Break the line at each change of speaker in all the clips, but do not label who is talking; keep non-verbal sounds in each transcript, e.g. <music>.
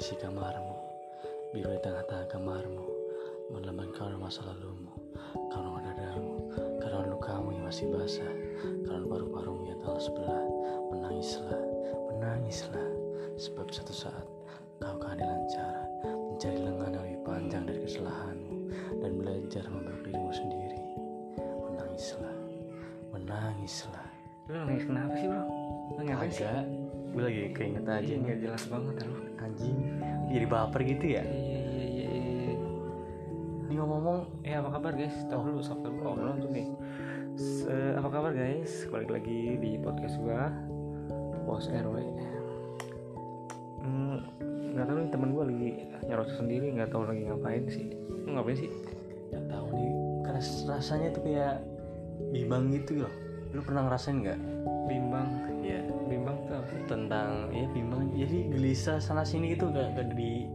isi kamarmu Biru di tengah-tengah kamarmu Menelan karun masa lalumu Karun dadamu Karun lukamu yang masih basah Karun paru-parumu yang telah sebelah Menangislah Menangislah Sebab satu saat Kau akan lancar Mencari lengan yang lebih panjang dari kesalahanmu Dan belajar membelok dirimu sendiri Menangislah Menangislah
Lu nangis kenapa sih bro? Lu ngapain sih?
Agak Gue lagi keinget aja
Iya
nih
nggak jelas banget lu.
Anjing Jadi baper gitu ya
Iya iya iya. iya.
Ini ngomong-ngomong
Eh apa kabar guys? Tahu dulu soft dulu oh, belum tuh nih. Se- apa kabar guys? Balik lagi di podcast gua Bos RW. Hmm, nggak tahu nih temen gua lagi nyerocos sendiri nggak tahu lagi ngapain sih. Lu ngapain sih?
Gak tahu nih karena rasanya tuh kayak bimbang gitu loh lu pernah ngerasain nggak
Bimbang.
Iya
Bimbang tuh apa sih?
tentang ya bimbang jadi gelisah sana sini gitu gak, gak di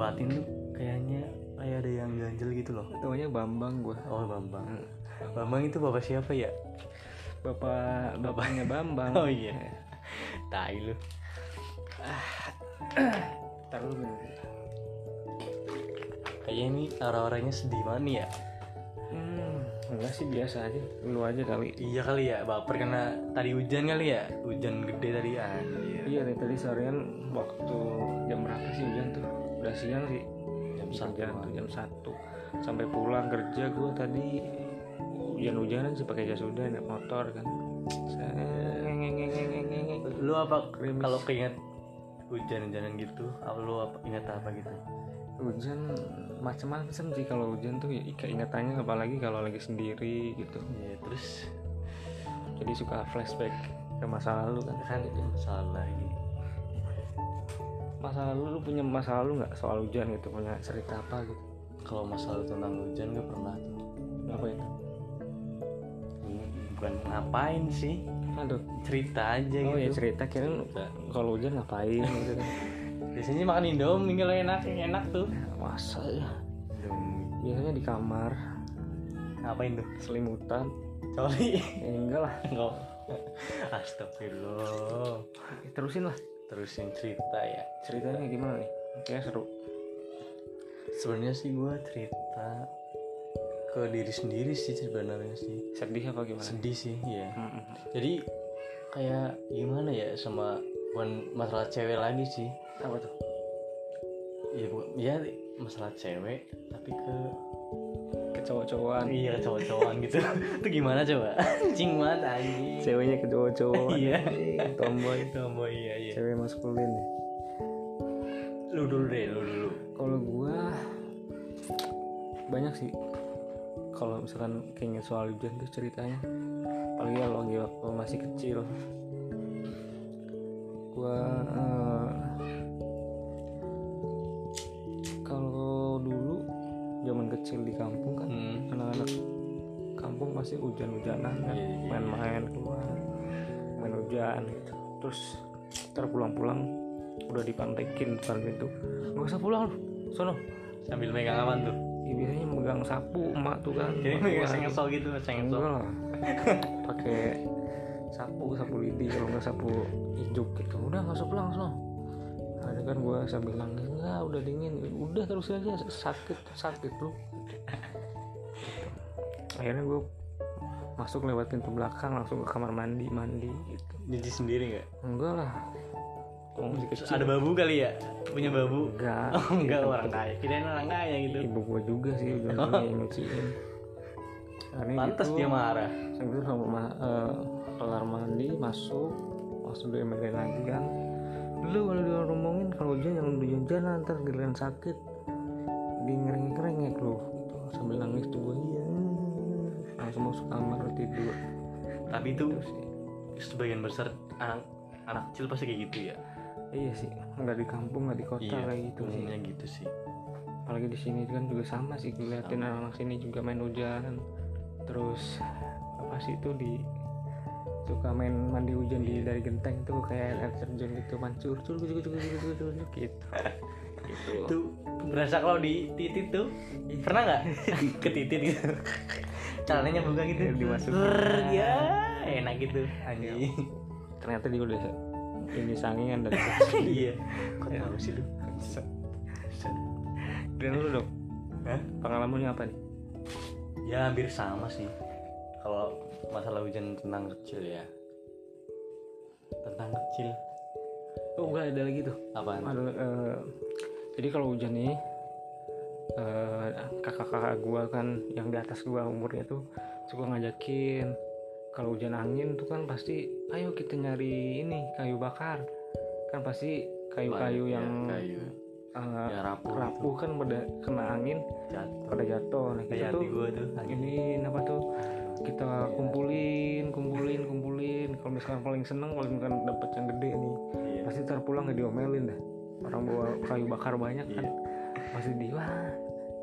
batin tuh kayaknya kayak ada yang ganjel gitu loh
Namanya Bambang gua.
oh bambang bambang itu bapak siapa ya
Bapak bapaknya Bambang.
oh iya tai lu
Taruh dulu minum.
kayaknya ini orang-orangnya sedih banget nih ya
Hmm, enggak sih biasa aja. Lu aja kali.
iya kali ya baper karena tadi hujan kali ya hujan gede tadi anjir
Iya nih tadi sorean waktu jam berapa sih hujan tuh? Udah siang sih.
jam
Jam
satu
Kerjaan tuh jam satu. Sampai pulang kerja gue tadi hujan-hujanan sih pakai jas hujan naik motor kan. Sengengengengengengeng.
lu apa
Krimis.
kalau keinget hujan-hujanan gitu apa lu apa, ingat apa gitu
Hujan macam-macam sih kalau hujan tuh ya keingetannya apalagi kalau lagi sendiri gitu.
ya terus
Jadi suka flashback ke masa lalu kan.
kan itu masalah lagi
Masa lalu lu punya masa lalu nggak soal hujan gitu punya cerita apa gitu?
kalau masalah tentang hujan gue pernah tuh
Apa itu?
Hmm, bukan ngapain sih
Aduh.
cerita aja
Oh ya
gitu
cerita kirain
Cerita.
kalau hujan ngapain gitu kan.
biasanya makan indomie kalau enak yang enak tuh
masa ya biasanya di kamar
ngapain tuh
selimutan
coli
ya enggak lah
<laughs> enggak astagfirullah
Oke, Ya, terusin lah
terus yang cerita ya
ceritanya gimana nih kayak seru
sebenarnya sih gue cerita ke diri sendiri sih sebenarnya sih
sedih apa gimana
sedih sih ya
Mm-mm.
jadi kayak gimana ya sama bukan masalah cewek lagi sih
apa tuh
ya bu- ya masalah cewek tapi ke
kecowok-cowokan
iya cowok-cowokan gitu <laughs> itu gimana coba anjing banget anjing
ceweknya kecowok-cowokan
Iya.
Anjing, tomboy
Tomboy, iya iya
cewek maskulin ya.
lu dulu deh lu dulu
kalau gua banyak sih kalau misalkan keinget soal hujan tuh ceritanya apalagi kalau lagi waktu masih kecil gua eh, kalau dulu zaman kecil di kampung kan
hmm.
anak-anak kampung pasti hujan-hujanan kan
Iya, iya.
main-main keluar main hujan gitu terus ntar pulang-pulang udah dipantekin depan pintu nggak usah pulang lu sono
sambil megang apa tuh
Ya, biasanya megang sapu emak tuh kan
jadi
Emak
megang
tua.
sengesol gitu sengesol
enggak
<laughs>
lah pakai sapu sapu lidi kalau nggak sapu ijuk gitu udah nggak usah pulang sono ada kan gue sambil nangis enggak udah dingin udah terus aja sakit sakit lu akhirnya gue masuk lewat pintu belakang langsung ke kamar mandi mandi gitu
jadi sendiri nggak
enggak lah kalau masih kecil
ada babu kali ya punya babu
enggak
oh <laughs> enggak
gitu.
orang kaya kirain orang kaya gitu
ibu gue juga
<laughs>
sih ujung-ujungnya yang nyuciin akhirnya
pantas
gitu.
dia marah
Habis itu sama ma- eh, kelar mandi masuk masuk diomelin lagi kan dulu kalau diomongin kalau hujan yang udah jalan ntar giliran sakit di ngerengek ngerengek lu gitu. sambil nangis tuh gue iya langsung masuk kamar tidur
tapi itu
Terus ya,
sebagian besar anak anak kecil pasti kayak gitu ya
iya sih nggak di kampung nggak di kota kayak gitu sih
Iya, umumnya gitu sih
apalagi di sini kan juga sama sih gue liatin anak-anak sini juga main hujan terus apa sih itu di suka main mandi hujan di dari genteng tuh kayak air terjun gitu mancur cur cur cur cur cur cur cur, gitu gitu
itu berasa kalau di titit tuh pernah nggak <laughs> ke titit gitu caranya buka gitu
Dimasukin.
Brrr, ya enak gitu anjing
ternyata dia udah ini sangingan <laughs> dari
iya kok tahu sih lu
dan lu dong
Hah?
pengalamannya apa nih
ya hampir sama sih kalau masalah hujan tentang kecil ya tentang kecil
oh enggak ada lagi tuh
apaan
Ada, eh, jadi kalau hujan nih eh, kakak-kakak gua kan yang di atas gua umurnya tuh suka ngajakin kalau hujan angin tuh kan pasti ayo kita nyari ini kayu bakar kan pasti kayu-kayu
Ya,
yang
kayu
eh,
ya rapuh,
rapuh kan pada kena angin
gitu. jatuh
pada jatuh nah kita
kayak
tuh
hati gua tuh
ini apa tuh kita kumpulin kumpulin kumpulin kalau misalkan paling seneng paling kan dapet yang gede nih
Iya.
pasti ntar pulang nggak diomelin dah orang bawa kayu bakar banyak kan
Iya.
pasti di wah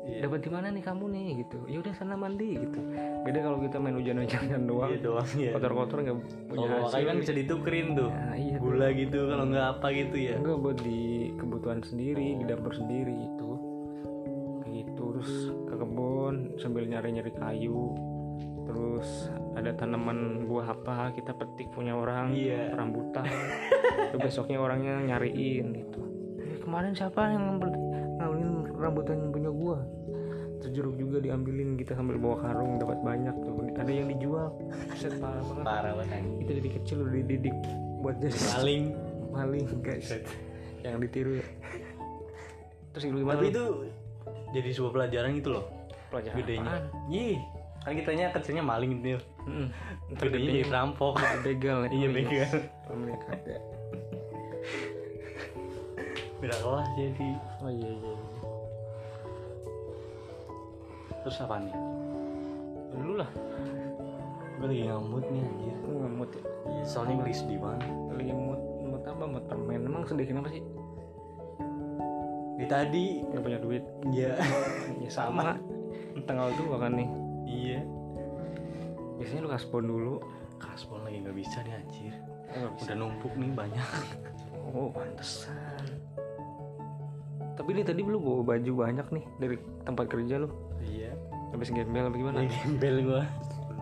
Iya.
dapat di mana nih kamu nih gitu ya udah sana mandi gitu beda kalau kita main hujan-hujanan doang
Iya doang ya
kotor-kotor nggak
kalau
punya
bawa kayu
hasil
kan bisa ditukerin tuh
Nah, iya tuh.
gula gitu kalau nggak apa gitu ya
enggak buat di kebutuhan sendiri di dapur sendiri itu gitu terus ke kebun sambil nyari-nyari kayu terus ada tanaman buah apa kita petik punya orang
Iya.
rambutan Terus besoknya orangnya nyariin gitu "Eh, kemarin siapa yang ngambil ngambilin rambutan punya gua terus jeruk juga diambilin kita sambil bawa karung dapat banyak tuh ada yang dijual set parah banget
parah banget
kita dari kecil udah dididik buat jadi
paling
maling guys yang ditiru ya. terus lu gimana
tapi itu jadi sebuah pelajaran gitu loh
pelajaran
gedenya Ih, kan kitanya kecilnya maling gitu
mm ntar
gedenya jadi
gedenya
rampok
begal ya
iya
Oh,
begal
Om ya, kata.
beda kelas jadi
oh iya iya iya.
terus ya? apa nih
lu lah
gue lagi ngamut nih anjir
lu ngemut ya
Iya, soalnya gue lagi sedih banget
lu ngemut ngemut apa ngemut permen emang sedih kenapa sih
di tadi
nggak punya duit
ya
ya sama tanggal dua kan nih
iya
biasanya lu kaspon dulu
kaspon lagi nggak bisa nih anjir
Eh, nggak bisa.
udah numpuk nih banyak
oh pantesan tapi ini tadi lu bawa baju banyak nih dari tempat kerja lu
iya
habis gembel apa gimana
lagi gembel gue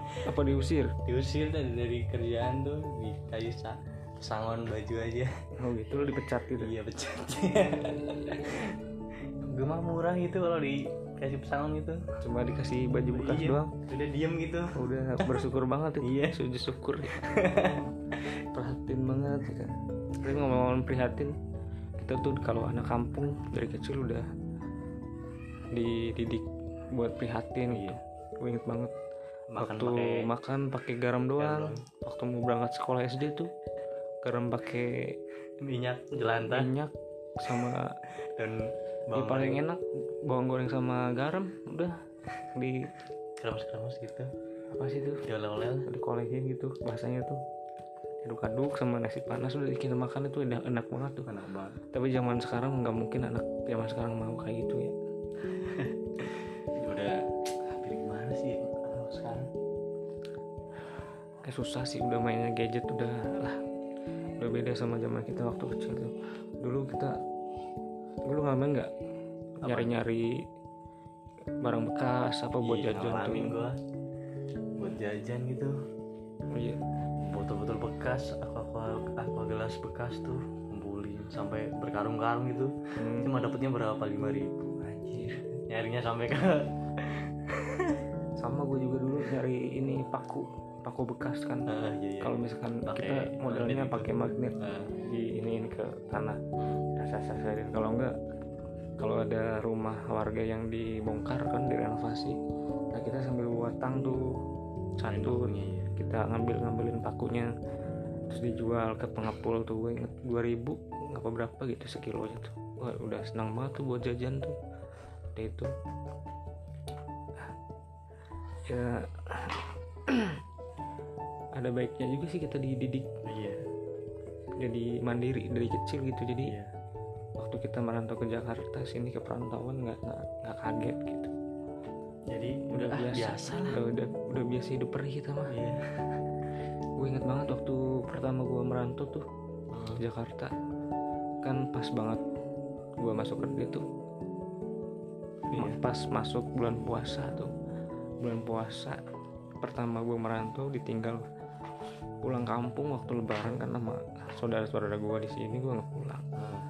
Iya.
apa diusir
diusir tadi dari kerjaan tuh dikasih sa- pesangon baju aja
oh gitu lu dipecat gitu
iya pecat <laughs> gue mah murah gitu kalau dikasih pesangon gitu
cuma dikasih baju bekas
Iya,
doang
udah diem gitu
udah bersyukur banget itu
Iya.
sujud
<laughs>
syukur prihatin banget ya kan tapi ngomong-ngomong prihatin kita tuh kalau anak kampung dari kecil udah dididik buat prihatin gitu gue inget banget
makan
waktu
pakai
makan pakai garam doang
doang.
waktu mau berangkat sekolah SD tuh garam pakai
minyak jelantah
minyak sama
dan
yang
bawang
paling enak bawang goreng sama garam udah di
kremes kremes gitu
apa sih tuh
diolel-olel
dikolehin gitu bahasanya tuh aduk-aduk sama nasi panas udah bikin makan itu enak, enak banget tuh
enak banget
tapi zaman sekarang nggak mungkin anak zaman sekarang mau kayak gitu ya
udah hampir gimana sih anak sekarang
kayak susah sih udah mainnya gadget udah lah udah beda sama zaman kita waktu kecil tuh dulu kita dulu ngalamin nggak nyari-nyari barang bekas apa buat
Iya,
jajan tuh
ngalamin gua buat jajan gitu
Iya.
botol-botol bekas aqua aqua, aqua gelas bekas tuh kumpulin sampai berkarung-karung gitu
Hmm.
cuma dapetnya berapa lima ribu anjir nyarinya sampai ke <laughs>
sama gue juga dulu nyari ini paku paku bekas kan
Ah, iya, iya.
kalau misalkan
Pakai
kita modelnya
magnet
pakai magnet
Ah,
di iniin ke tanah rasa sasarin kalau enggak kalau ada rumah warga yang dibongkar kan direnovasi nah kita sambil watang tuh santun
punya ya.
kita ngambil ngambilin pakunya terus dijual ke pengepul tuh gue inget 2000 apa berapa gitu sekilonya tuh Wah, udah senang banget tuh buat jajan tuh udah itu ya <clears throat> ada baiknya juga sih kita dididik
iya
jadi mandiri dari kecil gitu jadi
iya
waktu kita merantau ke Jakarta sini ke perantauan nggak nggak nggak kaget gitu
jadi udah ah, biasa, lah
udah, udah udah biasa hidup perih kita mah
iya
gue inget banget waktu pertama gue merantau tuh
Hmm.
ke Jakarta kan pas banget gue masuk kerja tuh
Iya.
pas masuk bulan puasa tuh bulan puasa pertama gue merantau ditinggal pulang kampung waktu lebaran kan sama saudara-saudara gua di sini gua nggak pulang
Hmm.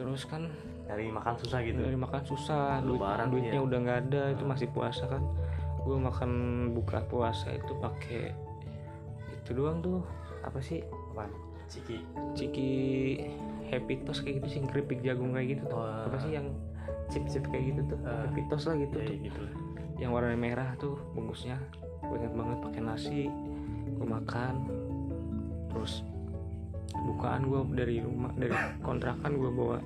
terus kan
Cari makan susah gitu.
dari makan susah duit,
Lebaran
duitnya
iya.
udah nggak ada itu masih puasa kan gua makan buka puasa itu pakai itu doang tuh apa sih
Apaan? Ciki.
ciki happy toast kayak gitu sih keripik jagung kayak gitu tuh
Wah.
apa sih yang chip chip kayak gitu tuh
Ah.
happy toast lah gitu
Ya,
tuh
gitu.
yang warna merah tuh bungkusnya gue inget banget pakai nasi gue makan terus bukaan gue dari rumah dari kontrakan gue bawa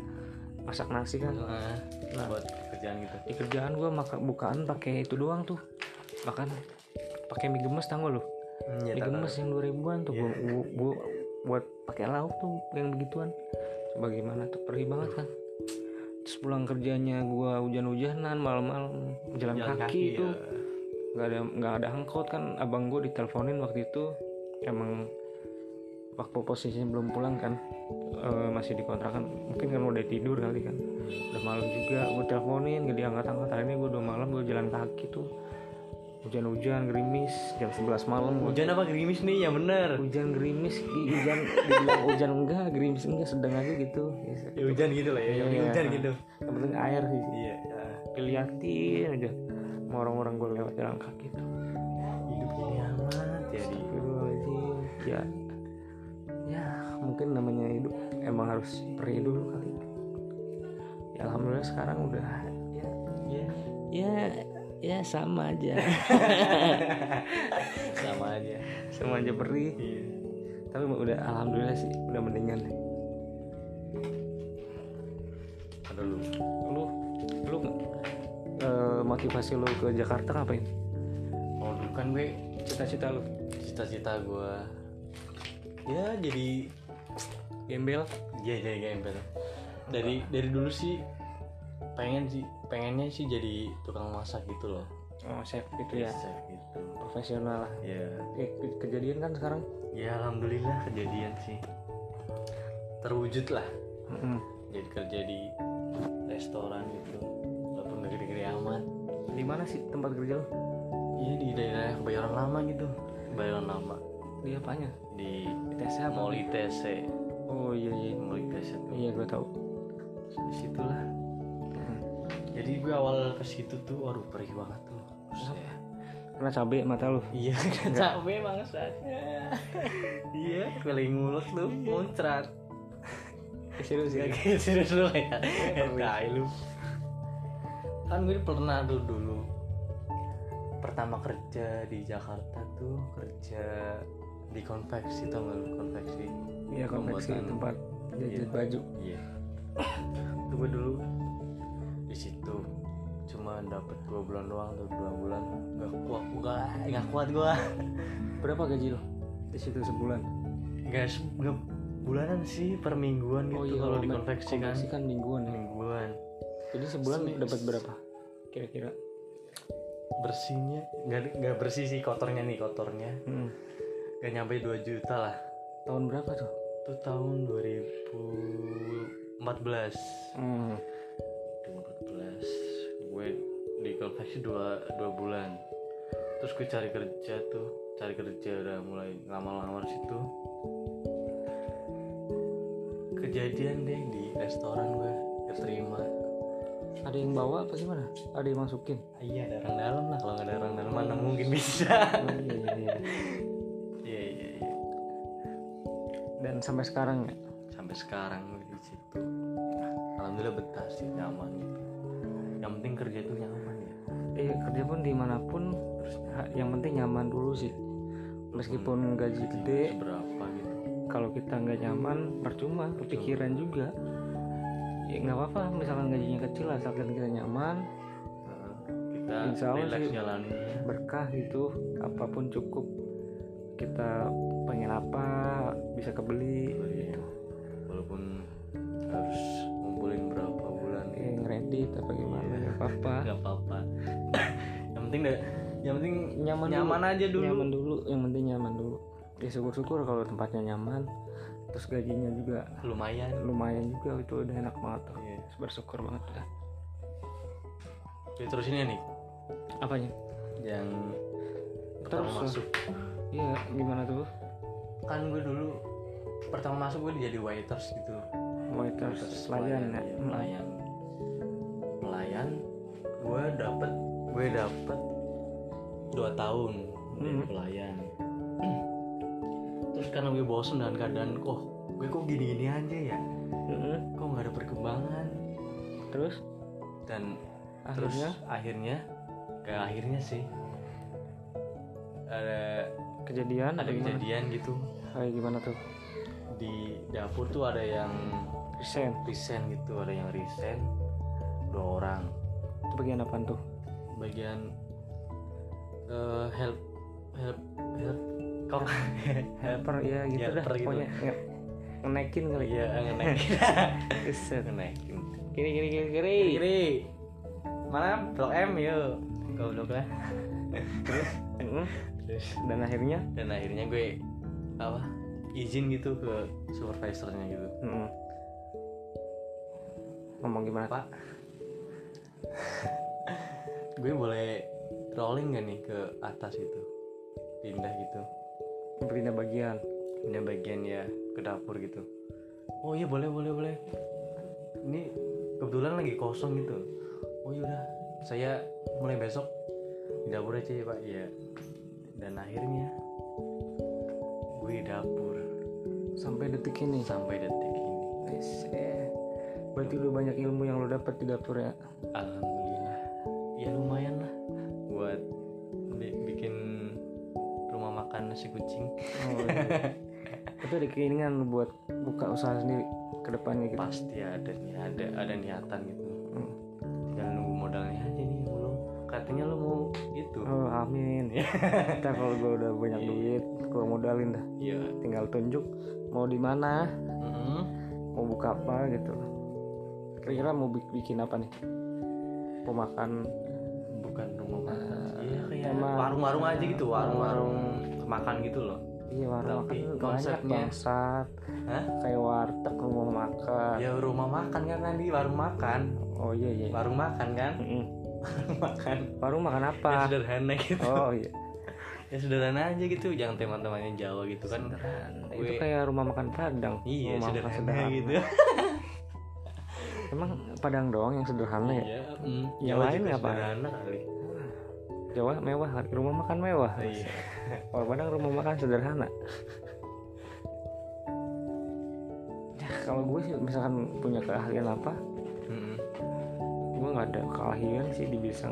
masak nasi kan
Nah, buat kerjaan gitu.
di kerjaan gue makan bukaan pakai itu doang tuh makan pakai mie gemes Iya, tau Iya. gak lo
Hmm, ya,
mie
tak-
gemes yang 2000-an tuh gue buat pakai lauk tuh yang begituan coba gimana tuh perih banget kan terus pulang kerjanya gue hujan-hujanan malam-malam jalan,
Jalan
kaki, tuh
ya.
nggak ada nggak ada angkot kan abang gue diteleponin waktu itu emang waktu posisinya belum pulang kan eh, masih dikontrakan mungkin kan udah tidur kali kan udah malam juga gue teleponin gak diangkat angkat akhirnya gue udah malam gue jalan kaki tuh hujan-hujan gerimis jam 11 malam gue
Hujan apa gerimis nih? Ya bener.
hujan gerimis Ki. hujan dibilang hujan enggak gerimis enggak sedang aja gitu
Ya, hujan gitu lah ya. Yang penting
Iya.
hujan gitu.
yang penting air sih
Iya. ah,
diliatin aja sama orang-orang gue lewat jalan kaki tuh
Hidup gini amat ya di.
Astagfirullahaladzim. ya ya mungkin namanya hidup emang harus perih dulu kali ya alhamdulillah sekarang udah ya
Iya.
ya, ya sama <laughs> aja
Sama aja.
sama aja perih
Iya.
tapi udah alhamdulillah sih udah mendingan
Ada lu.
lu lu eh, motivasi lu ke Jakarta ngapain
Kalau dulu kan gue
cita-cita lu
cita-cita gue ya jadi
gembel
Iya jadi gembel. Dari dari dulu sih pengen sih pengennya sih jadi tukang masak gitu loh.
oh chef gitu ya
Chef gitu.
profesional lah
Ya.
Eh, ke- kejadian kan sekarang
Ya alhamdulillah kejadian sih. Terwujud lah.
Mm-mm.
Jadi kerja di restoran gitu. Walaupun gak gede-gede amat.
di mana sih tempat kerja lu
Iya di daerah Kebayoran Lama gitu. Kebayoran Lama
di apanya
di
tesnya apa?
Mall ITC.
oh iya iya
E. Mall ITC tuh.
Iya gue tahu.
Disitulah. Jadi gue awal ke situ tuh, waduh perih banget tuh. Buset.
Karena cabe mata lu.
Iya, <laughs> capek bangsat. Iya, kali mulut lu muncrat.
Serius ya.
Iya, Kayak serius lu ya. Tai lu. Kan gue pernah tuh dulu pertama kerja di Jakarta tuh kerja di konveksi tau gak lu konveksi
Iya konveksi
Pembuatan.
tempat jahit baju.
iya itu gue dulu di situ cuma dapat dua bulan doang tuh dua bulan nggak kuat gua nggak kuat gua
Berapa gaji lu? Di situ sebulan.
Guys, nggak bulanan sih per mingguan
Oh,
gitu kalau di konveksi kan
konveksi kan iya, mingguan ya.
mingguan
Jadi sebulan
Semi-
dapat berapa? Kira-kira.
bersihnya nggak ada- nggak bersih sih kotornya nih kotornya
Mm.
nggak nyampe 2 juta lah
Tahun berapa tuh?
itu tahun 2014
Hmm.
2014 gue di konveksi dua dua bulan terus gue cari kerja tuh cari kerja udah mulai lama-lama situ kejadian deh di restoran gue keterima
Ada yang bawa apa gimana? Ada yang masukin?
Iya ada orang dalam lah kalau nggak ada orang dalam mana mungkin <laughs> bisa.
Oh, iya, iya, iya.
Iya iya iya.
Dan sampai sekarang ya.
Sampai sekarang gue di situ. Alhamdulillah betah sih nyaman gitu. Yang penting kerja itu nyaman ya.
Eh, kerja pun dimanapun terus ha- yang penting nyaman dulu sih. Meskipun gaji gede,
Seberapa gitu.
kalau kita nggak nyaman percuma kepikiran juga ya nggak apa-apa misalkan gajinya kecil asalkan kita nyaman
Nah, kita
Insya Allah
relax
sih.
jalaninnya.
berkah gitu apapun cukup kita pengen apa bisa kebeli
Iya. Walaupun harus ngumpulin berapa bulan ya.
yang kredit apa gimana nggak <laughs> apa-apa
nggak apa-apa. yang penting da- yang penting
nyaman
nyaman aja
dulu.
dulu.
nyaman dulu yang penting nyaman dulu ya syukur-syukur kalau tempatnya nyaman terus gajinya juga
Lumayan.
lumayan juga itu udah enak banget tuh.
Iya.
bersyukur banget udah
Ya, terus ini ya, nih
apanya
yang
Terus,
pertama masuk
iya gimana tuh
kan gue dulu pertama masuk gue jadi waiters gitu
waiters pelayan ya
iya,
Hmm.
pelayan pelayan gue dapet gue dapet dua tahun jadi
Hmm.
pelayan terus karena gue bosen dengan keadaan kok gue kok gini-gini aja ya
Mm-mm.
kok nggak ada perkembangan
terus
dan
akhirnya
terus akhirnya kayak akhirnya sih ada
kejadian
ada
gimana?
kejadian gitu
kayak gimana tuh
di dapur tuh ada yang
resign
resign gitu ada yang resign dua orang
itu bagian apa tuh
bagian eh, help help help kok
helper ya gitu
Ya,
dah
helper gitu.
pokoknya nge- ngenekin kali ya
ya
<laughs>
ngenaikin
Reset.
ngenaikin
kiri kiri kiri kiri
kiri mana blok M yuk goblok lah
Mm-mm.
terus
Hmm. dan akhirnya
dan akhirnya gue apa izin gitu ke supervisornya gitu
mm-mm. hmm. ngomong gimana
pak gue boleh rolling gak nih ke atas itu pindah gitu
pindah bagian
pindah bagian ya ke dapur gitu oh iya boleh boleh boleh ini kebetulan lagi kosong gitu oh iya udah saya mulai besok di dapur aja ya pak iya dan akhirnya gue di dapur
sampai detik ini
sampai detik ini
Reset. berarti udah banyak ilmu yang lo dapat di dapur ya
alhamdulillah ya lumayan lah buat bi- bikin rumah makan nasi kucing
Oh, <laughs> iya. tapi ada keinginan lu buat buka usaha sendiri ke depannya gitu
pasti ada nih ada ada niatan gitu
Hmm.
tinggal nunggu modalnya aja nih belum katanya lu mau gitu. itu
oh amin <laughs> ntar kalau gue udah banyak duit gue modalin dah
iya
tinggal tunjuk mau di mana
Mm-mm.
mau buka apa gitu kira-kira mau bi- bikin apa nih mau makan
bukan rumah makan sih. Iya, kayak
tema-
warung-warung aja gitu warung-warung makan gitu loh
iya warung
Tapi
makan banyak
konsepnya-
bangsat
Hah?
kayak warteg rumah makan
ya rumah makan kan tadi warung makan
oh iya iya
warung makan kan
Mm-mm.
<laughs> warung makan
warung makan apa
ya sederhana gitu
oh
<laughs>
iya
ya sederhana aja gitu jangan teman-temannya Jawa gitu kan
itu
Gue-
kayak rumah makan padang
iya
rumah
sederhana,
makan
<laughs>
sederhana
gitu
emang padang doang yang sederhana ya
iya mm.
Yang
Jawa
lain
juga
ngapain?
sederhana kali
Jawa mewah rumah makan mewah
iya
Orang Padang rumah makan sederhana. Ya, kalau gue sih misalkan punya keahlian apa,
Mm-mm.
gue nggak ada keahlian sih di bidang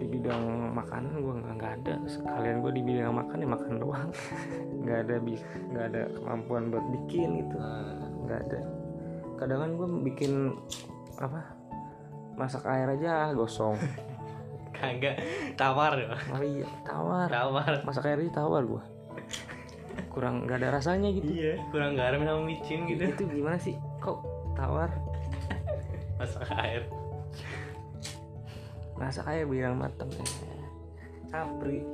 di bidang makanan gue nggak nggak ada. Sekalian gue di bidang makan ya makan doang. <laughs> Nggak ada bi- nggak ada kemampuan buat bikin gitu.
Nah,
Nggak ada. Kadang kan gue bikin apa masak air aja ah, gosong.
kagak tawar ya.
Oh iya tawar.
tawar
Masak air aja tawar gue. Kurang nggak ada rasanya gitu.
iya kurang garam sama micin gitu
itu gimana sih kok tawar
masak air
masak aja bilang mateng sapri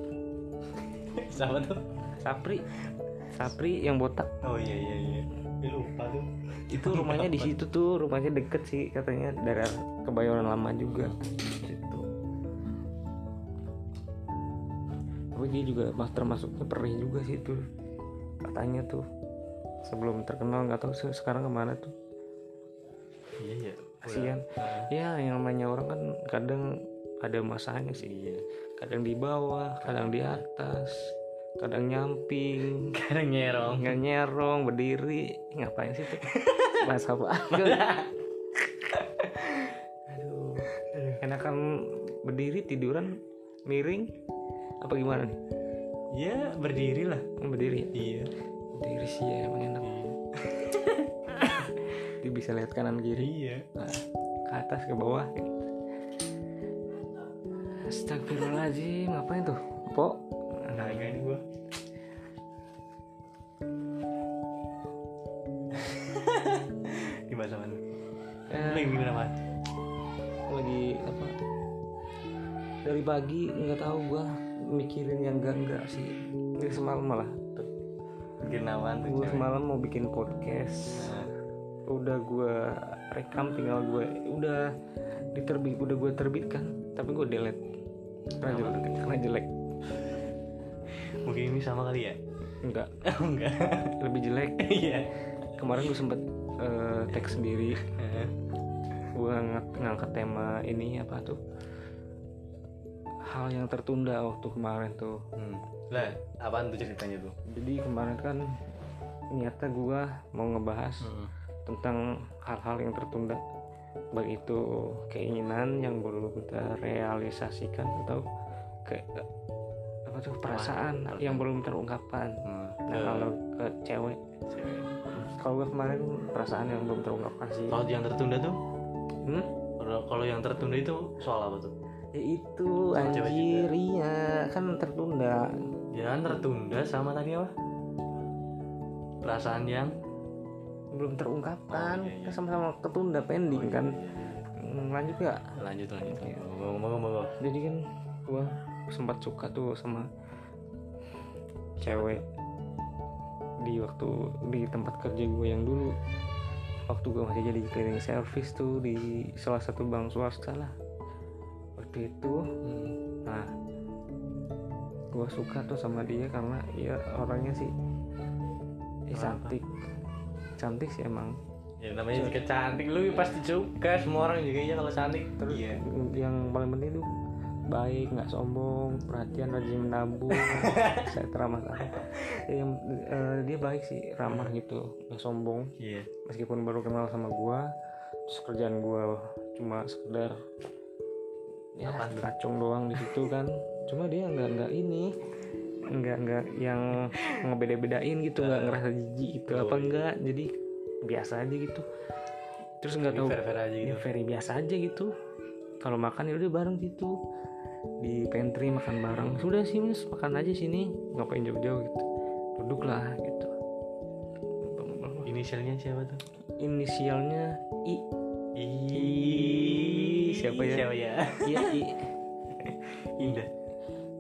siapa tuh
sapri sapri yang botak
oh iya iya iya Gue lupa tuh
itu rumahnya di situ tuh rumahnya deket sih katanya daerah kebayoran lama juga itu tapi dia juga mas termasuknya perih juga sih itu katanya tuh sebelum terkenal nggak tahu se- sekarang kemana tuh
iya iya
Kasihan. ya yang namanya orang kan kadang ada masanya sih
iya
kadang di bawah, kadang di atas, kadang nyamping,
karena nyerong
nggak nyerong, berdiri, ngapain sih <laughs> tuh? Bahasa apa? <laughs>
aduh
Enakan berdiri tiduran miring apa gimana nih?
iya berdiri lah
Berdiri ya?
iya
Berdiri sih ya emang enak. <laughs> Dia bisa lihat kanan kiri,
iya
nah, ke atas ke bawah. Astagfirullahaladzim, ngapain tuh? Po?
kagak nih gua <laughs> di bahasa mana
Eh,
lagi gimana mas
lagi apa dari pagi nggak tahu gua mikirin yang enggak enggak sih dari semalam malah
kenawan tuh
gue
cewek
semalam mau bikin podcast
Nah,
udah gua rekam tinggal gue udah diterbit udah gue terbitkan tapi gue delete karena jelek, karena jelek.
mungkin ini sama kali ya <laughs>
enggak
enggak
lebih jelek
iya
kemarin gue sempet eh, tag sendiri gue ngangkat, ngangkat tema ini apa tuh hal yang tertunda waktu kemarin tuh
Hmm. Lah, apaan tuh ceritanya tuh?
jadi kemarin kan niatnya gue mau ngebahas
Hmm.
tentang hal-hal yang tertunda baik itu keinginan yang belum kita realisasikan atau ke apa tuh perasaan
Perasaan.
yang belum terungkapkan
Hmm.
nah kalau ke cewek kalau gue kemarin perasaan yang belum terungkapkan sih
Kalau yang tertunda tuh?
Hmm?
Kalau kalau yang tertunda itu soal apa tuh?
ya itu
Sama cewek
anjir iya kan tertunda Ya,
Jangan tertunda sama tadi apa? Perasaan yang
belum
Oh,
terungkapkan
iya, iya.
kan sama-sama ketunda pending kan Hmm, lanjut ya
Ah, lanjut lanjut.
Iya.
Ngomong ngomong ngomong.
jadi kan gua sempat suka tuh sama cewek di waktu di tempat kerja gue yang dulu waktu gue masih jadi cleaning service tuh di salah satu bank swasta lah waktu itu
Hmm.
nah gue suka tuh sama dia karena ya orangnya sih eh,
Kenapa?
cantik cantik sih emang
Ya namanya juga cantik lu pasti suka semua orang juga iya kalau cantik. Terus iya.
yang paling penting itu baik nggak sombong perhatian rajin menabung saya teramah yang eh, dia baik sih ramah gitu nggak sombong
Iya.
meskipun baru kenal sama gua terus kerjaan gua cuma sekedar ya
Apaan tuh?
kacung doang di situ kan cuma dia nggak nggak ini nggak nggak yang ngebeda-bedain gitu nggak ngerasa jijik gitu apa enggak jadi biasa aja gitu terus nggak tahu
Fair fair aja
ya
gitu.
very biasa aja gitu kalau makan ya udah bareng gitu di pantry makan bareng sudah sih mas makan aja sini ngapain jauh-jauh gitu duduklah gitu
Inisialnya siapa tuh?
inisialnya I <laughs>
Ih,
Siapa ya?
Siapa ya?
iya I
Indah.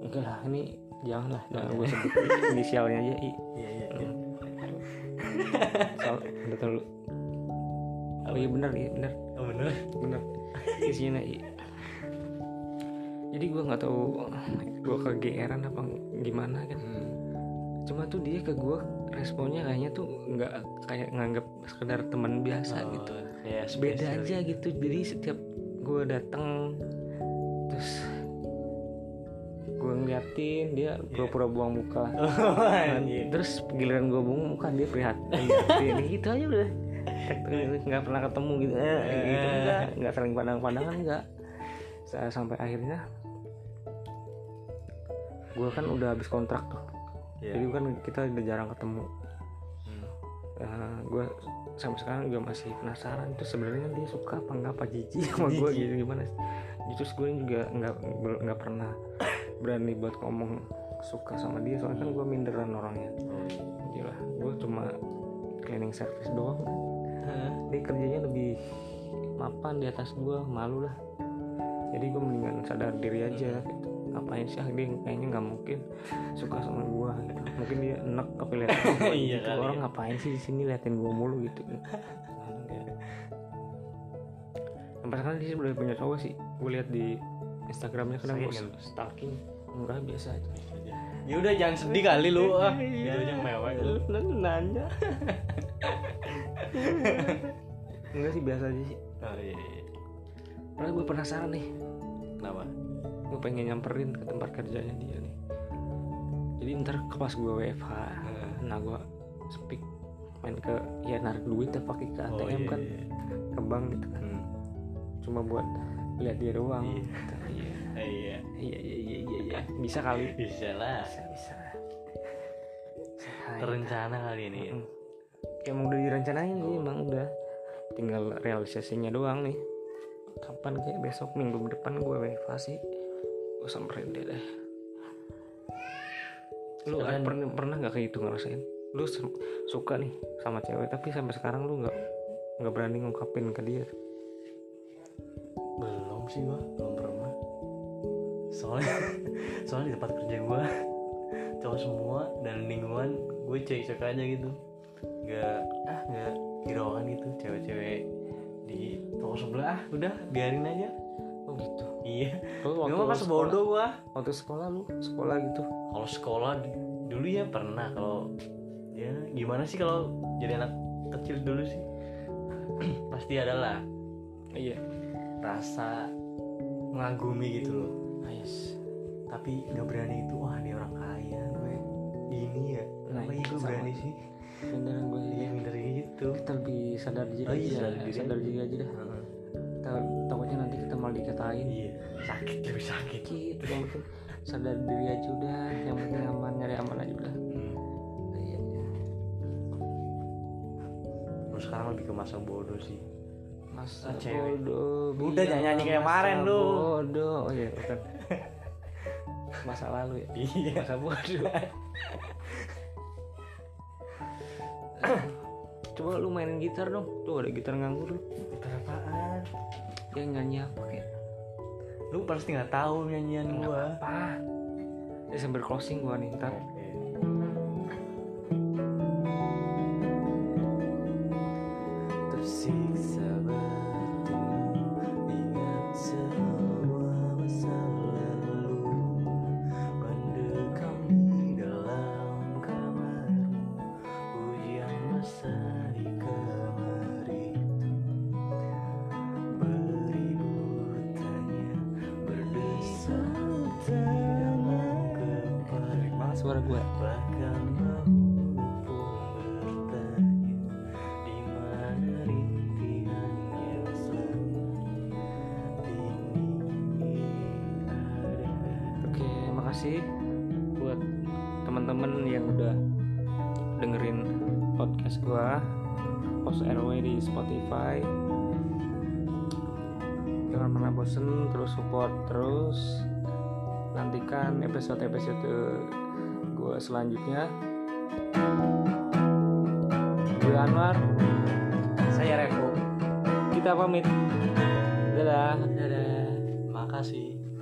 enggak lah ini jangan lah jangan gue sebut inisialnya aja I
Iya iya. iya.
Hmm. soal udah terlalu oh iya benar iya benar
Oh bener.
bener isinya i jadi gue nggak tahu gue kegeeran apa gimana kan
Oh,
cuma tuh dia ke gue responnya kayaknya tuh nggak kayak nganggap sekedar teman biasa
Oh,
gitu
Ya,
beda
spesial
aja
gitu.
gitu jadi setiap gue datang terus gue ngeliatin dia pura-pura buang <laughs> muka Kan
Anjir.
terus giliran gue buang muka dia <laughs> prihatin Gitu- gitu aja udah <laughs> nggak pernah ketemu gitu eh, gitu enggak nggak sering pandang pandangan enggak saya sampai akhirnya gue kan udah habis kontrak tuh
Iya.
jadi kan kita udah jarang ketemu
Hmm.
gue sampai sekarang juga masih penasaran tuh sebenarnya dia suka apa nggak apa jijik sama gue gitu gimana sih. terus gue juga nggak bel- nggak pernah berani buat ngomong suka sama dia soalnya kan gue minderan orangnya gila gue cuma cleaning service doang kan
Hah?
dia kerjanya lebih mapan di atas gue malu lah jadi gue mendingan sadar diri aja gitu ngapain sih ah, dia kayaknya nggak mungkin suka sama gue gitu mungkin dia enek tapi lihat
<laughs> Iya
gua gitu.
kali
orang
ya.
ngapain sih di sini liatin gue mulu
<laughs>
gitu sampai sekarang kan dia udah punya cowok sih gue lihat di Instagramnya kan kadang gue
Stalking
stalking enggak biasa aja
Ya udah jangan sedih kali lu.
Iya,
Ah, gitu aja mewah lu.
nanya
<laughs>
enggak sih biasa aja sih
Oh, iya, iya.
Padahal gue penasaran nih
Kenapa?
Gue pengen nyamperin ke tempat kerjanya dia nih Jadi ntar ke pas gue WFH
Hmm.
Nah gue speak Main ke ya narik duit ya pakai ke ATM
Oh, iya,
kan
iya.
Ke bank gitu kan
Hmm.
Cuma buat lihat dia doang
Iya.
gitu. Iya
Eh, Iya.
Iya iya iya iya iya. Bisa kali
Bisa lah.
Bisa bisa Hai.
Terencana kali ini. ya.
Mm. Ya emang udah direncanain
Oh.
sih emang udah Tinggal realisasinya doang nih Kapan kayak besok minggu depan gue WFH sih Gue samperin dia deh Lu
Sekalian-
pernah, pernah gak kayak gitu ngerasain? Lu sem- suka nih sama cewek tapi sampai sekarang lu gak, nggak berani ngungkapin ke dia
Belum sih gua, belum pernah. Soalnya <laughs> soalnya di tempat kerja gua cowok semua dan lingkungan gue cek-cek aja gitu. Gak ah gak hiraukan gitu cewek-cewek di toko sebelah ah, udah biarin aja
Oh gitu
iya
Lu
gue
waktu
mah pas
sekolah,
bodoh gua
waktu sekolah lu sekolah gitu
kalau sekolah d- dulu ya pernah kalau ya gimana sih kalau jadi anak kecil dulu sih <clears throat> pasti adalah
iya
rasa mengagumi gitu loh
Ah,
tapi nggak berani itu wah ini orang kaya gue ini ya
Nah,
kenapa iya gue
sama.
berani sih
beneran gue
iya minder gitu
kita lebih sadar diri
Oh, iya,
aja
sadar diri
sadar
aja.
diri aja dah
Heeh.
kita takutnya nanti kita malah dikatain
iya sakit lebih sakit
sakit yang penting sadar diri aja udah yang penting aman nyari aman aja udah
Hmm.
iya
Terus sekarang lebih ke masa bodoh sih <laughs>
masa
Cewek.
bodoh
Udah, jangan nyanyi kayak
masa
kemarin lu.
bodoh oh iya <laughs> bukan masa lalu ya
iya
masa bodoh coba lu mainin gitar dong tuh ada gitar nganggur lu
kenapaan
yang nyanyi apa ya? kayak
lu pasti nggak tahu nyanyian gua
apa ya sambil Ah. closing gua nih ntar
Tersiksa bertemu Ingat semua masa lalu Pendekam di dalam kamarmu Hujan mesra di kamar itu Beribu tanya Berdesak dalam kepala
banget suara gua
Bahkan aku pun bertanya Di mana rintihan yang selama ini ada
Oke, makasih buat teman-teman yang udah dengerin podcast gua, Post RW di Spotify. Jangan pernah bosen, terus support terus. Nantikan episode-episode gua selanjutnya. Gue Anwar,
Saya Revo
kita pamit. Dadah.
Dadah Makasih